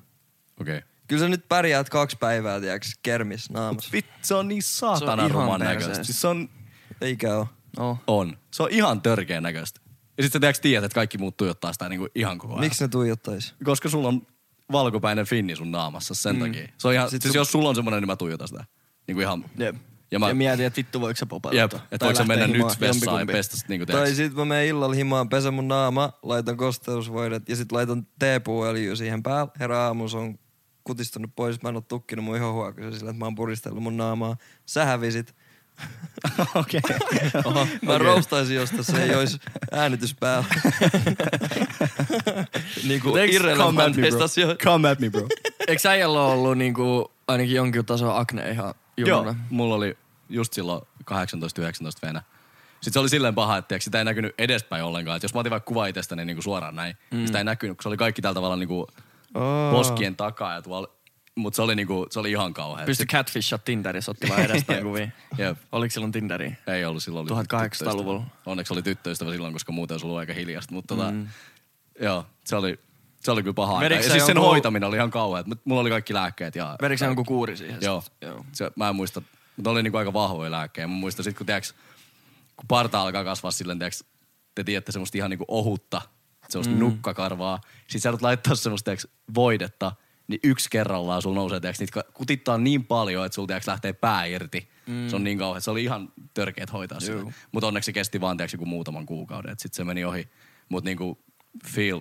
Speaker 4: Okei.
Speaker 5: Kyllä sä nyt pärjäät kaksi päivää, tiiäks, kermis naamassa.
Speaker 4: Vittu, se on niin
Speaker 6: Se
Speaker 4: saatana
Speaker 6: on ihan
Speaker 4: ruman
Speaker 6: perseestä.
Speaker 4: näköistä. Siis se on,
Speaker 5: Eikä oo.
Speaker 6: No.
Speaker 4: on. Se on ihan törkeän näköistä. Ja sitten sä tiedätkö, tiedät, että kaikki muut tuijottaa sitä niinku ihan koko ajan.
Speaker 5: Miksi ne tuijottais?
Speaker 4: Koska sulla on valkopäinen finni sun naamassa sen mm. takia. Se on ihan, siis jos sulla on semmoinen, niin mä tuijotan sitä. Niinku ihan...
Speaker 6: Jep.
Speaker 4: Ja
Speaker 6: Ja,
Speaker 4: mä-
Speaker 6: mä... ja mietin, että vittu voiko tuota? sä popata.
Speaker 4: Jep, että voiko sä mennä nyt vessaan ja pestä sit niinku
Speaker 5: Tai
Speaker 4: tiedätkö.
Speaker 5: sit mä menen illalla himaan, pesen mun naama, laitan kosteusvoidet ja sit laitan teepuuöljyä siihen päälle. Herra aamu, se on kutistunut pois. Mä en oo tukkinut mun ihohuokosen sillä, että mä oon puristellut mun naamaa. Sä hävisit.
Speaker 4: Okei.
Speaker 5: Oho, mä okay. roustaisin, jos tässä ei olisi äänitys päällä. niin kuin irrelevanteista asioista.
Speaker 4: Come at me, bro.
Speaker 6: Eikö äijällä ole ollut niinku, ainakin jonkin tason akne ihan
Speaker 4: Joo,
Speaker 6: juurena?
Speaker 4: mulla oli just silloin 18-19 venä. Sitten se oli silleen paha, että tiiäks, sitä ei näkynyt edespäin ollenkaan. Et jos mä otin vaikka kuva itsestäni niin kuin suoraan näin, mm. niin sitä ei näkynyt, kun se oli kaikki tällä tavalla niin kuin poskien takaa. Ja tuolla, mutta se oli, niin kuin, se oli ihan kauhea.
Speaker 6: Pysty catfishaa Tinderissä ottimaan edestään kuvia.
Speaker 4: Jep.
Speaker 6: Oliko silloin Tinderi?
Speaker 4: Ei ollut silloin. Oli
Speaker 6: 1800-luvulla.
Speaker 4: tyttöystävä. Onneksi oli tyttöystävä silloin, koska muuten olisi ollut aika hiljasta. Mutta tota, joo, se oli, se oli kyllä paha aika. Ja
Speaker 6: Mm. Vedikö sä
Speaker 4: siis sen
Speaker 6: jonkun-
Speaker 4: hoitaminen oli ihan kauhea. Et mut Mulla oli kaikki lääkkeet. Ja,
Speaker 6: Vedikö sä jonkun kuuri siihen?
Speaker 4: Joo. joo. Se, mä en muista, mutta oli niinku aika vahvoja lääkkeitä. Mä muistan sit, kun, tiiäks, kun parta alkaa kasvaa silleen, tiiäks, te tiedätte semmoista ihan niinku ohutta, semmoista mm. nukkakarvaa. Sitten sä joudut laittaa semmoista tiiäks, voidetta, niin yksi kerrallaan sulla nousee, tiiäks, niitä ka- kutittaa niin paljon, että sulla tiiäks, lähtee pää irti. Mm. Se on niin kauhean. Se oli ihan törkeet hoitaa sitä. Mutta onneksi se kesti vaan tiiäks, joku muutaman kuukauden, että sitten se meni ohi. Mutta niinku feel,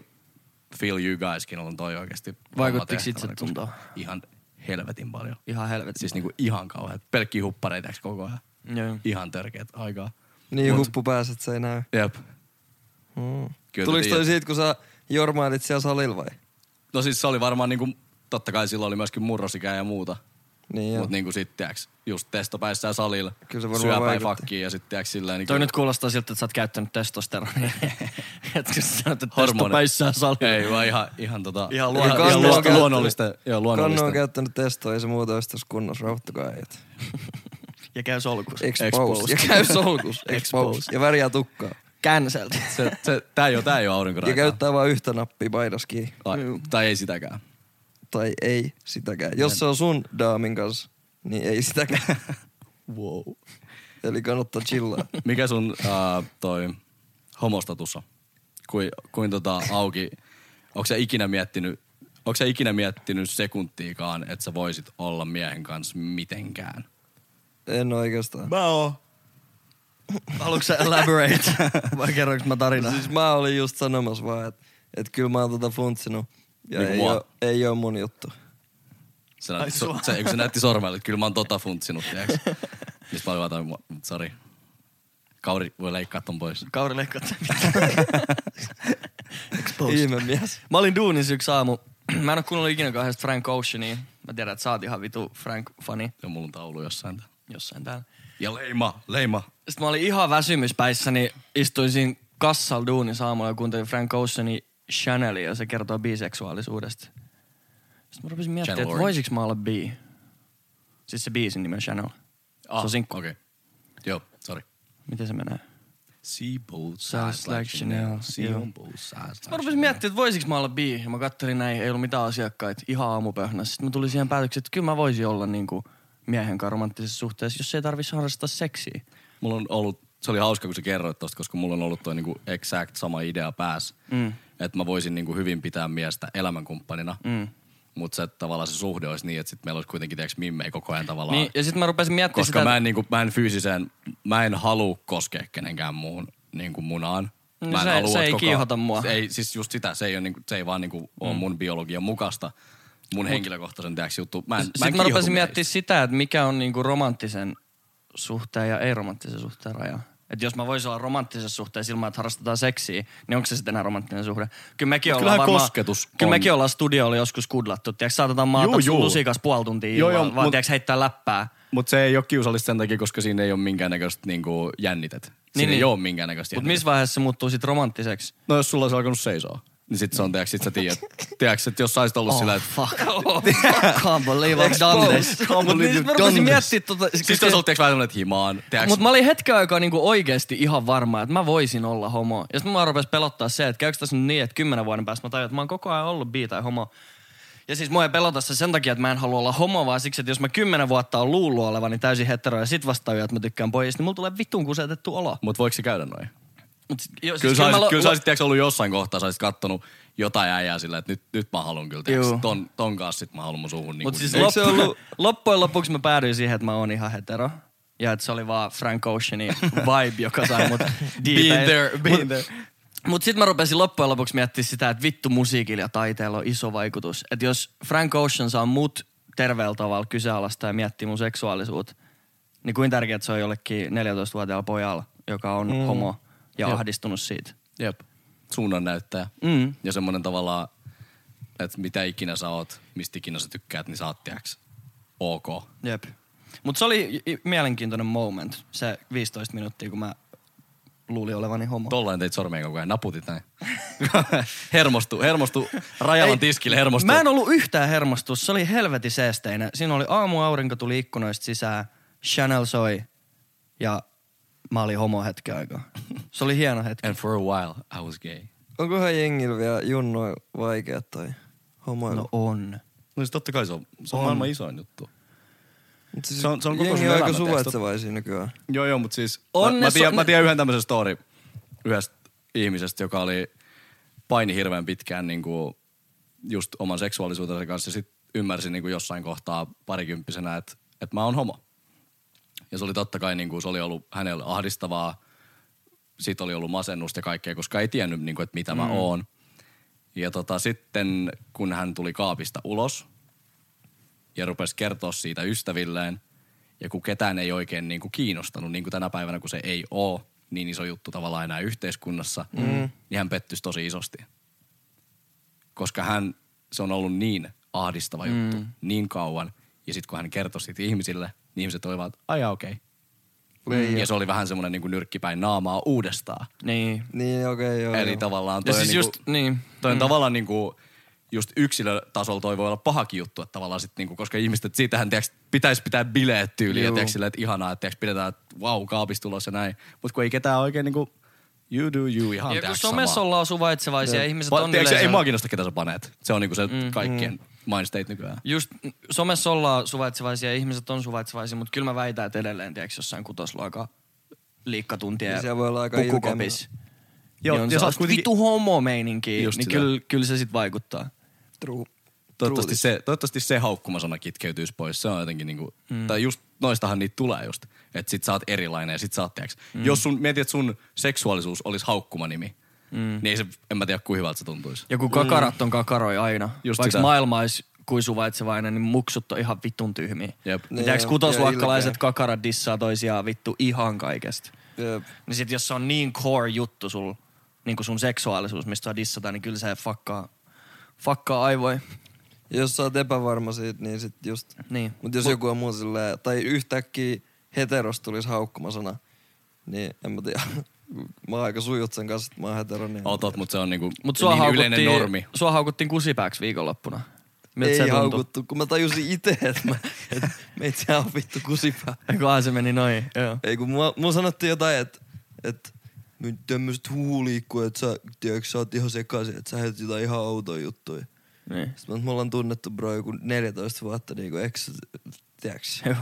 Speaker 4: feel you guyskin on toi oikeasti.
Speaker 6: Vaikuttiko
Speaker 4: homma tehtävänä,
Speaker 6: itsetuntoon?
Speaker 4: koska Ihan helvetin paljon.
Speaker 6: Ihan helvetin
Speaker 4: Siis niinku ihan kauheat. Pelkkiä huppareita eiks koko ajan.
Speaker 6: Joo.
Speaker 4: Ihan törkeet aikaa.
Speaker 5: Niin
Speaker 4: Mut-
Speaker 5: huppu pääset, se ei näy.
Speaker 4: Jep. Kyllä
Speaker 5: Tuliko
Speaker 4: te
Speaker 5: toi
Speaker 4: tiedät.
Speaker 5: siitä, kun sä jormailit siellä salilla vai?
Speaker 4: No siis se oli varmaan niinku, totta kai silloin oli myöskin murrosikää ja muuta.
Speaker 5: Niin joo.
Speaker 4: Mut niinku sit tiiäks, just testopäissä ja salilla.
Speaker 5: Kyllä se varmaan
Speaker 4: Syöpäin
Speaker 5: vaikutti.
Speaker 4: fakkiin ja sit tiiäks silleen niinku.
Speaker 6: Toi nyt kuulostaa siltä, että sä oot käyttänyt testosteronia. että kun sä sanot, että
Speaker 4: hormoneja.
Speaker 6: testopäissään salilla.
Speaker 4: Ei vaan ihan, ihan tota.
Speaker 6: Ihan
Speaker 4: ihan,
Speaker 6: luonnollista.
Speaker 4: ihan
Speaker 5: Kannu on
Speaker 4: luonnollista. Joo
Speaker 5: Kannu
Speaker 4: luonnollista.
Speaker 5: on käyttänyt testoa, ei se muuta olisi tässä kunnossa, rauhoittukaa äijät.
Speaker 6: Ja käy solkus.
Speaker 5: Expose. Ja käy solkus. Expose. Ja värjää tukkaa.
Speaker 6: Cancelled.
Speaker 4: Se, se, tää ei oo, tää ei oo
Speaker 5: Ja
Speaker 4: aurinkoraikaa.
Speaker 5: käyttää vain yhtä nappia paidaskin.
Speaker 4: Tai, tai ei sitäkään.
Speaker 5: Tai ei sitäkään. Jos se on sun daamin kanssa, niin ei sitäkään.
Speaker 4: Wow.
Speaker 5: Eli kannattaa chillaa.
Speaker 4: Mikä sun äh, toi homostatus on? Kuin, kuin tota auki, onko sä ikinä miettinyt, onko sä ikinä miettinyt sekuntiikaan, että sä voisit olla miehen kanssa mitenkään?
Speaker 5: En oikeastaan.
Speaker 6: Mä oon. Haluatko sä elaborate? Vai kerroinko mä tarinaa?
Speaker 5: Siis mä olin just sanomassa vaan, että et kyllä mä oon tota funtsinut. Ja
Speaker 4: Niinku
Speaker 5: ei,
Speaker 4: mua.
Speaker 5: oo, ei oo mun juttu.
Speaker 4: Se näytti, so, se, kun se näytti sormella, että kyllä mä oon tota funtsinut, tiiäks? Siis mä olin vaan, tai mua- sori. Kauri voi leikkaa ton pois.
Speaker 6: Kauri leikkaat
Speaker 5: Ihme mies.
Speaker 6: Mä olin duunissa yksi aamu. Mä en oo kuunnellut ikinä kahdesta Frank Oceania. Mä tiedän, että sä oot ihan vitu Frank-fani
Speaker 4: Ja mulla on taulu jossain. tää.
Speaker 6: jossain täällä.
Speaker 4: Ja leima, leima.
Speaker 6: Sitten mä olin ihan väsymyspäissäni, istuin siinä kassalla duunissa aamulla ja kuuntelin Frank Oceanin Chanelia ja se kertoo biseksuaalisuudesta. Sitten mä rupesin miettimään,
Speaker 4: Channel
Speaker 6: että
Speaker 4: Orange.
Speaker 6: voisiks mä olla bi? Siis se biisin nimi on Channel. Ah, se on sinkku.
Speaker 4: Okei. Okay. Joo, sori.
Speaker 6: Miten se menee?
Speaker 4: See both
Speaker 6: Sounds
Speaker 4: sides
Speaker 6: like
Speaker 4: like Chanel.
Speaker 6: Chanel.
Speaker 4: See
Speaker 6: Joo.
Speaker 4: on both sides
Speaker 6: Mä
Speaker 4: like
Speaker 6: rupesin miettimään, että voisiks mä olla bi. Ja mä kattelin näin, ei ollut mitään asiakkaita, ihan aamupöhnä. Sitten mä tulin siihen päätökseen, että kyllä mä voisin olla niinku miehen kanssa romanttisessa suhteessa, jos ei tarvitsisi harrastaa seksiä.
Speaker 4: Mulla on ollut, se oli hauska, kun sä kerroit tosta, koska mulla on ollut toi niinku exact sama idea päässä. Mm. Että mä voisin niinku hyvin pitää miestä elämänkumppanina. Mm. Mutta se tavallaan se suhde olisi niin, että sit meillä olisi kuitenkin tiiäks mimmei koko ajan tavallaan.
Speaker 6: Niin,
Speaker 4: Niin,
Speaker 6: ja sitten mä rupesin miettimään
Speaker 4: koska
Speaker 6: sitä...
Speaker 4: mä en, niinku, mä en fyysiseen, mä en halua koskea kenenkään muun niinku munaan.
Speaker 6: No
Speaker 4: mä en
Speaker 6: se- se
Speaker 4: että
Speaker 6: ei kiihota mua. Mm.
Speaker 4: Se ei, siis just sitä, se ei, ole, niinku, se ei vaan niinku, ole mun biologian mukaista. Mun henkilökohtaisen tiiäks juttu. Mä en, mä en
Speaker 6: Sitten mä
Speaker 4: kiihotu
Speaker 6: rupesin
Speaker 4: miehistä.
Speaker 6: miettimään sitä, että mikä on niinku romanttisen suhteen ja ei-romanttisen suhteen raja. Että jos mä voisin olla romanttisessa suhteessa ilman, että harrastetaan seksiä, niin onko se sitten enää romanttinen suhde? Kyllä mekin ollaan
Speaker 4: kyllähän
Speaker 6: varmaan,
Speaker 4: kosketus
Speaker 6: Kyllä
Speaker 4: on.
Speaker 6: mekin ollaan studiolla joskus kudlattu. Tiedätkö, saatetaan maata
Speaker 4: Juu,
Speaker 6: juu,
Speaker 4: juu.
Speaker 6: lusikas puoli tuntia
Speaker 4: Joo, joo,
Speaker 6: joo, joo, vaan
Speaker 4: mut-
Speaker 6: mut... tiedätkö, heittää läppää.
Speaker 4: Mutta se ei ole kiusallista sen takia, koska siinä ei ole minkäännäköistä niinku, jännitet. Siinä niin,
Speaker 6: Niin,
Speaker 4: ei niin.
Speaker 6: niin.
Speaker 4: ole minkäännäköistä
Speaker 6: Mutta
Speaker 4: jännitettä.
Speaker 6: missä vaiheessa se muuttuu sitten romanttiseksi?
Speaker 4: No jos sulla olisi alkanut seisoa. Niin sit se on, tiiäks, sit sä tiedät. Tiiäks, että jos sä olisit ollut oh, sillä, että...
Speaker 6: Fuck. Can't believe I've done this. Can't
Speaker 4: believe
Speaker 6: believe
Speaker 4: you've
Speaker 6: mä
Speaker 4: done
Speaker 6: rupesin
Speaker 4: this.
Speaker 6: miettiä tota...
Speaker 4: Siis jos oltiin vähän semmonen, että himaan. Tiiäks,
Speaker 6: Mutta mä olin hetken aikaa niinku oikeesti ihan varma, että mä voisin olla homo. Ja sit mä rupes pelottaa se, että käykö tässä nyt niin, että kymmenen vuoden päästä mä tajun, että mä oon koko ajan ollut bi tai homo. Ja siis mua ei pelota se sen takia, että mä en halua olla homo, vaan siksi, että jos mä kymmenen vuotta on luullut olevani täysin hetero ja sit vasta tajun, että mä tykkään pojista, niin mulla tulee vittuun kusetettu olo.
Speaker 4: mut voiko se käydä noin?
Speaker 6: Mut, s- jo,
Speaker 4: Kyllä sä
Speaker 6: Siis mä
Speaker 4: olisit,
Speaker 6: lo-
Speaker 4: kyllä sä
Speaker 6: lo-
Speaker 4: olisit tiiäks, ollut jossain kohtaa, sä olisit kattonut jotain äijää sillä, että nyt, nyt mä haluan kyllä, tiiäks,
Speaker 6: Juu.
Speaker 4: ton, ton kanssa sit mä haluan mun suuhun. Niin
Speaker 6: Mut siis
Speaker 4: niin.
Speaker 6: loppu, ollut... loppujen lopuksi mä päädyin siihen, että mä oon ihan hetero. Ja että se oli vaan Frank Oceanin vibe, joka sai mut
Speaker 4: Been there, been
Speaker 6: mut,
Speaker 4: there.
Speaker 6: Mut sit mä rupesin loppujen lopuksi miettimään sitä, että vittu musiikilla ja taiteella on iso vaikutus. Että jos Frank Ocean saa mut terveellä tavalla kyseenalaista ja miettii mun seksuaalisuutta, niin kuin tärkeää se on jollekin 14-vuotiaalla pojalla, joka on mm. homo ja
Speaker 4: Jep.
Speaker 6: ahdistunut siitä.
Speaker 4: Jep. Suunnan näyttäjä.
Speaker 6: Mm.
Speaker 4: Ja semmonen tavallaan, että mitä ikinä sä oot, mistä ikinä sä tykkäät, niin sä oot tiiäks, ok.
Speaker 6: Jep. Mutta se oli i- i- mielenkiintoinen moment, se 15 minuuttia, kun mä luulin olevani homo.
Speaker 4: Tollain teit sormeen koko ajan, naputit näin. hermostu, hermostu, Rajalan
Speaker 6: Ei,
Speaker 4: tiskille hermostu.
Speaker 6: Mä en ollut yhtään hermostunut, se oli helvetin seesteinen. Siinä oli aamuaurinko tuli ikkunoista sisään, Chanel soi ja mä olin homo hetken aikaa. Se oli hieno hetki.
Speaker 4: And for a while I was gay.
Speaker 5: Onkohan jengillä vielä junnoilla vaikea toi homoilu?
Speaker 6: No on.
Speaker 4: No siis totta kai se on, se on, on. maailman isoin juttu.
Speaker 5: Mut siis
Speaker 4: se on- se on koko
Speaker 5: jengi
Speaker 4: sun
Speaker 5: on
Speaker 4: elämä,
Speaker 5: aika
Speaker 4: tiiäks,
Speaker 5: suvaitsevaisia nykyään.
Speaker 4: Joo, joo, mutta siis...
Speaker 6: On
Speaker 4: mä,
Speaker 6: ne
Speaker 4: mä,
Speaker 6: so-
Speaker 4: tiedän,
Speaker 6: ne-
Speaker 4: mä tiedän yhden tämmöisen story yhdestä ihmisestä, joka oli paini hirveän pitkään niin kuin just oman seksuaalisuutensa kanssa. Ja sitten ymmärsin niin kuin jossain kohtaa parikymppisenä, että, että mä oon homo. Ja se oli totta kai, niin kuin, se oli ollut hänelle ahdistavaa. Siitä oli ollut masennusta ja kaikkea, koska ei tiennyt, niin kuin, että mitä mm. mä oon. Ja tota, sitten kun hän tuli kaapista ulos ja rupesi kertoa siitä ystävilleen, ja kun ketään ei oikein niin kuin kiinnostanut, niin kuin tänä päivänä, kun se ei ole niin iso juttu tavallaan enää yhteiskunnassa, mm. niin hän pettysi tosi isosti. Koska hän, se on ollut niin ahdistava
Speaker 6: Mm.
Speaker 4: juttu niin kauan, ja sitten kun hän kertoi siitä ihmisille, niin ihmiset olivat, aja okei. Okay. Ja se oli vähän semmoinen niin nyrkkipäin naamaa uudestaan.
Speaker 6: Niin.
Speaker 5: Niin okei, okay, joo.
Speaker 4: Eli
Speaker 5: joo.
Speaker 4: tavallaan
Speaker 6: Ja
Speaker 4: toi on
Speaker 6: siis
Speaker 4: niinku-
Speaker 6: just, niin.
Speaker 4: Toi on mm. tavallaan niinku, just yksilötasolla toi voi olla pahakin juttu, että tavallaan sit niinku, koska ihmiset, että siitähän tiiäks, pitäisi pitää bileet tyyliin, ja tiiäks, sillä, että ihanaa, että tiiäks, pidetään, että vau, kaapistulos ja näin. Mut kun ei ketään oikein niinku, you do you ihan
Speaker 6: Ja kun
Speaker 4: tiiäks,
Speaker 6: somessa
Speaker 4: samaa.
Speaker 6: ollaan suvaitsevaisia, ihmiset
Speaker 4: Va-
Speaker 6: on
Speaker 4: tiiäks,
Speaker 6: yleensä...
Speaker 4: Ei mua kiinnosta, ketä sä paneet. Se on niinku se mm. kaikkien mindstate nykyään.
Speaker 6: Just somessa ollaan suvaitsevaisia ja ihmiset on suvaitsevaisia, mutta kyllä mä väitän, että edelleen tiedätkö, jossain kutosluokan liikkatuntien
Speaker 5: Niin siellä voi olla aika
Speaker 6: pukukopis. Joo,
Speaker 4: Joo,
Speaker 6: niin on
Speaker 4: ja sä
Speaker 6: se
Speaker 4: oot
Speaker 6: kuitenkin...
Speaker 4: kuitenkin-
Speaker 6: vitu homo-meininkiä,
Speaker 4: Just
Speaker 6: niin
Speaker 4: sitä.
Speaker 6: kyllä, kyllä se sit vaikuttaa.
Speaker 5: True.
Speaker 4: Toivottavasti
Speaker 5: Truutis.
Speaker 4: se, toivottavasti se haukkumasana kitkeytyisi pois. Se on jotenkin niinku, mm. tai just noistahan niitä tulee just. Että sit sä oot erilainen ja sit sä oot, tiiäks, mm. Jos sun, mietit, että sun seksuaalisuus olisi haukkumanimi, mm. niin ei se, en mä tiedä, kuinka hyvältä se tuntuisi.
Speaker 6: Ja kun kakarat on kakaroi aina,
Speaker 4: Mm. Just
Speaker 6: vaikka
Speaker 4: sitä.
Speaker 6: maailma olisi kuin suvaitsevainen, niin muksut on ihan vittun tyhmiä.
Speaker 4: Jep.
Speaker 6: Niin, Tiedätkö,
Speaker 5: ja-
Speaker 6: kutosluokkalaiset
Speaker 5: ja
Speaker 6: kakarat dissaa toisiaan vittu ihan kaikesta.
Speaker 5: Jep.
Speaker 6: Niin sit jos se on niin core juttu sul, niin kuin sun seksuaalisuus, mistä sua dissataan, niin kyllä se fakkaa, fakkaa aivoja.
Speaker 5: Jos sä oot epävarma siitä, niin sit just...
Speaker 6: Niin.
Speaker 5: Mut jos joku on muu silleen, tai yhtäkkiä heteros tulisi haukkumasana, niin en mä tiedä. mä oon aika sujut sen kanssa, että mä oon hetero, niin...
Speaker 4: Otot, mutta se on niinku
Speaker 6: Mut sua,
Speaker 4: niin
Speaker 6: haukuttiin,
Speaker 4: yleinen normi.
Speaker 6: sua haukuttiin kusipääksi viikonloppuna. Miltä
Speaker 5: Ei
Speaker 6: se tuntui?
Speaker 5: haukuttu, kun mä tajusin itse, että mä, et meitä on vittu kusipää.
Speaker 6: Eiköhän se meni noin, joo.
Speaker 5: Ei kun mua, mua sanottiin jotain, että et, nyt tämmöset huhu liikkuu, että sä, tiedätkö, sä oot ihan sekaisin, että sä heet jotain ihan outoa juttuja.
Speaker 6: Niin.
Speaker 5: Sitten mä, oon, me ollaan tunnettu bro joku 14 vuotta, niinku, eks, tiedäks,
Speaker 6: Joo.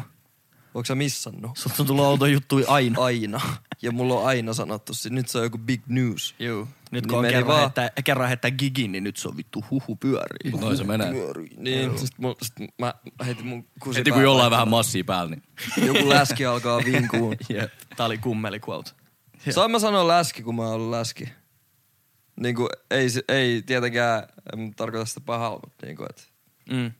Speaker 5: onko sä missannut?
Speaker 6: Sut on tullut outo juttuja aina.
Speaker 5: Aina. Ja mulla on aina sanottu, se, nyt se on joku big news.
Speaker 6: Joo. Nyt
Speaker 5: Niin
Speaker 6: kun on
Speaker 5: meni
Speaker 6: kerran,
Speaker 5: vaan.
Speaker 6: heittää, kerran heittää gigin, niin nyt se on vittu huhu pyörii.
Speaker 4: Mut noin se menee.
Speaker 5: Niin, sit, mul, sit mä heitin mun kusipää.
Speaker 4: Heti kun jollain vähän massia päällä, niin
Speaker 5: Joku läski alkaa vinkuun.
Speaker 6: Jep. Tää oli kummeli quote.
Speaker 5: Saan mä sanoa läski, kun mä oon ollut läski. Niinku, ei, se- ei tietenkään en tarkoita sitä pahaa, mutta niinku, et...
Speaker 6: Mm.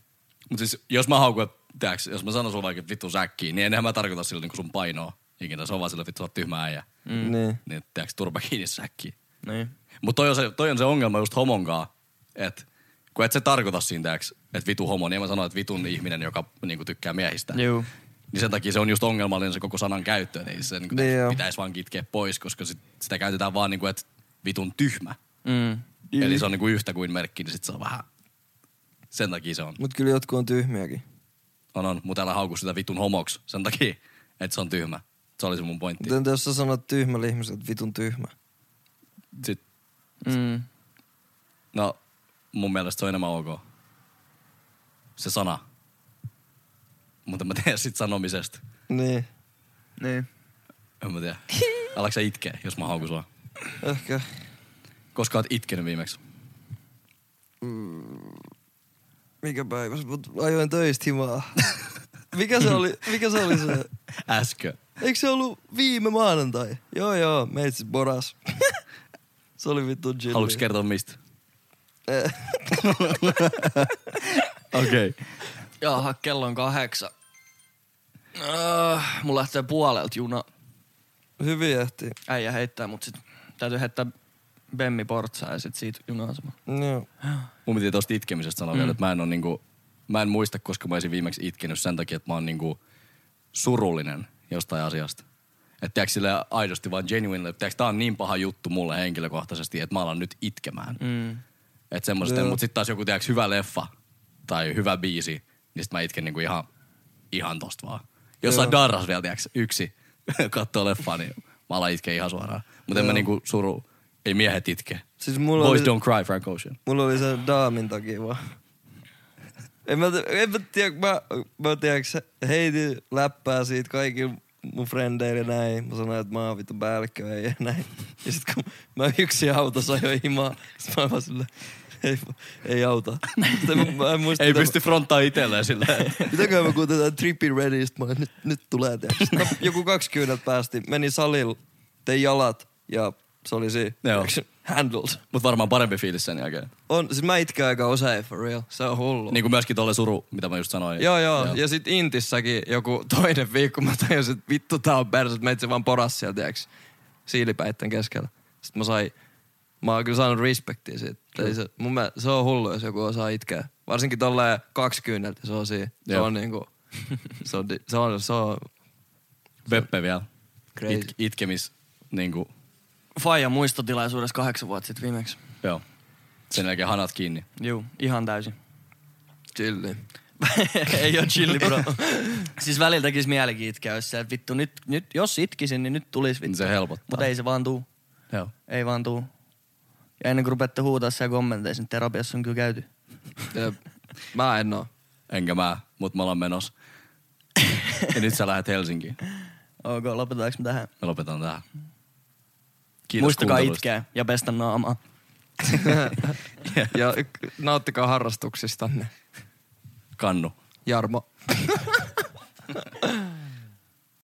Speaker 4: Mut siis jos mä haukun, että tiiäks, jos mä sanon sulle vaikka että vittu säkkiin, niin enhän mä tarkoita sillä niinku sun painoa ikinä. Se on vaan sillä vittu, sä oot tyhmä äijä.
Speaker 5: Mm. Niin.
Speaker 4: Niin tiiäks, turpa kiinni säkkiin.
Speaker 6: Niin.
Speaker 4: Mutta toi, on se- toi on se ongelma just homonkaan, että kun et se tarkoita siinä, tiiäks, että vitu homo, niin en mä sano, että vitun ihminen, joka niinku, tykkää miehistä.
Speaker 6: Juu.
Speaker 4: Niin sen takia se on just ongelmallinen se koko sanan käyttö, että ei se niinku,
Speaker 5: Niin joo.
Speaker 4: pitäisi vaan kitkeä pois, koska sit, sitä käytetään vaan niinku, että vitun tyhmä.
Speaker 6: Mm.
Speaker 4: Eli se on niinku yhtä kuin merkki, niin sit se on vähän... Sen takia se on.
Speaker 5: Mut kyllä jotkut on tyhmiäkin.
Speaker 4: On, on. Mutta älä hauku sitä vitun homoksi sen takia, että se on tyhmä. Se oli se mun pointti.
Speaker 5: Mutta entä jos sä sanot tyhmälle ihmiselle, että vitun tyhmä?
Speaker 4: Sit,
Speaker 6: Mm.
Speaker 4: no, mun mielestä se on enemmän ok. Se sana. Mutta mä tiedän sit sanomisesta.
Speaker 5: Niin,
Speaker 6: Niin.
Speaker 4: En mä tiedä. Alatko sä itkeä, jos mä haukun sua?
Speaker 5: ehkä.
Speaker 4: Koska oot itkenyt viimeksi.
Speaker 5: Mikä päivä? Mut ajoin töistä himaa. Mikä se oli, mikä se, oli se?
Speaker 4: Äsken.
Speaker 5: Eikö se ollut viime maanantai? Joo joo, meitsi boras. se oli vittu chilli.
Speaker 4: Haluatko kertoa mistä?
Speaker 5: Eh,
Speaker 4: Okei. Okay.
Speaker 6: Jaha, kello on kahdeksan. Äh, mulla lähtee puolelta juna.
Speaker 5: Hyvin ehtii.
Speaker 6: Äijä heittää, mut sit täytyy heittää Bemmi Portsaa ja sit siitä juna-asema.
Speaker 5: Joo.
Speaker 4: Mun piti tosta itkemisestä sanoa mm. vielä, että mä en, ole niinku, mä en muista, koska mä olisin viimeksi itkenyt sen takia, että mä oon niinku surullinen jostain asiasta. Että tiedätkö sille aidosti vaan genuinely, että tää on niin paha juttu mulle henkilökohtaisesti, että mä alan nyt itkemään. Mm. Että semmoiset,
Speaker 5: Joo.
Speaker 4: mutta sitten taas joku tiedätkö hyvä leffa tai hyvä biisi, niin sit mä itken niinku ihan, ihan tosta vaan. Jossain
Speaker 5: Joo.
Speaker 4: darras vielä, tiedätkö, yksi katsoo leffaa, niin mä alan itkeä ihan suoraan. Mutta en mä niinku suru, ei miehet itke.
Speaker 5: Siis mulla
Speaker 4: Boys
Speaker 5: oli,
Speaker 4: don't cry, Frank Ocean.
Speaker 5: mulla oli se daamin takia vaan. En mä, en mä tiedä, mä, mä tiiäks, heitin läppää siitä kaikille mun frendeille ja näin. Mä sanoin, että mä oon vittu päällikkö ei ja näin. Ja sit kun mä yksin autossa ajoin himaa, sit mä vaan silleen, ei, ei auta. Sitten mä, mä en muista,
Speaker 4: Ei
Speaker 5: mitä mä-
Speaker 4: pysty fronttaa itselleen sillä.
Speaker 5: Mitäköhän me kuuntelemme Trippy Readystä, mä olin, nyt, nyt tulee tiiäks. no, joku kaksi kyynät päästi, meni salilla, tein jalat ja se oli siinä.
Speaker 4: Joo.
Speaker 5: Handled.
Speaker 4: Mutta varmaan parempi fiilis sen jälkeen.
Speaker 5: On, siis mä itken aika usein, for real. Se on hullu.
Speaker 4: Niin kuin myöskin tolle suru, mitä mä just sanoin.
Speaker 7: Joo, joo. Ja sit Intissäkin joku toinen viikko mä tajusin, että vittu tää on perse, että mä itse vaan poras sieltä, tiiäks, siilipäitten keskellä. Sitten mä sain, mä oon kyllä saanut respektiä siitä. Ei se, mun mielestä, se on hullu, jos joku osaa itkeä. Varsinkin tolleen kaksi kyyneltä, se on siinä. Se
Speaker 4: Joo.
Speaker 7: on niinku, se on, di- se on, se on,
Speaker 4: Peppe vielä.
Speaker 7: Crazy.
Speaker 4: It, itkemis, niin kuin,
Speaker 6: Faija muistotilaisuudessa kahdeksan vuotta sitten viimeksi.
Speaker 4: joo. Sen jälkeen hanat kiinni.
Speaker 6: Juu, ihan täysin.
Speaker 7: chilli.
Speaker 6: Ei oo chilli, bro. siis välillä tekis mielikin itkeä, jos se, että vittu, nyt, nyt, jos itkisin, niin nyt tulis vittu.
Speaker 4: Niin se helpottaa.
Speaker 6: Mutta ei se vaan tuu.
Speaker 4: Joo.
Speaker 6: Ei vaan tuu. Ja ennen kuin rupeatte huutaa siellä kommenteissa, niin terapiassa on kyllä käyty.
Speaker 7: Jep. Mä en oo.
Speaker 4: Enkä mä, mutta mä ollaan menossa. ja nyt sä lähet Helsinkiin.
Speaker 6: Ok, lopetetaanko me tähän?
Speaker 4: Me lopetan tähän. Kiitos
Speaker 6: Muistakaa
Speaker 4: kuuntelusta.
Speaker 6: itkeä ja pestä naamaa.
Speaker 7: Ja nauttikaa harrastuksistanne.
Speaker 4: Kannu.
Speaker 7: Jarmo.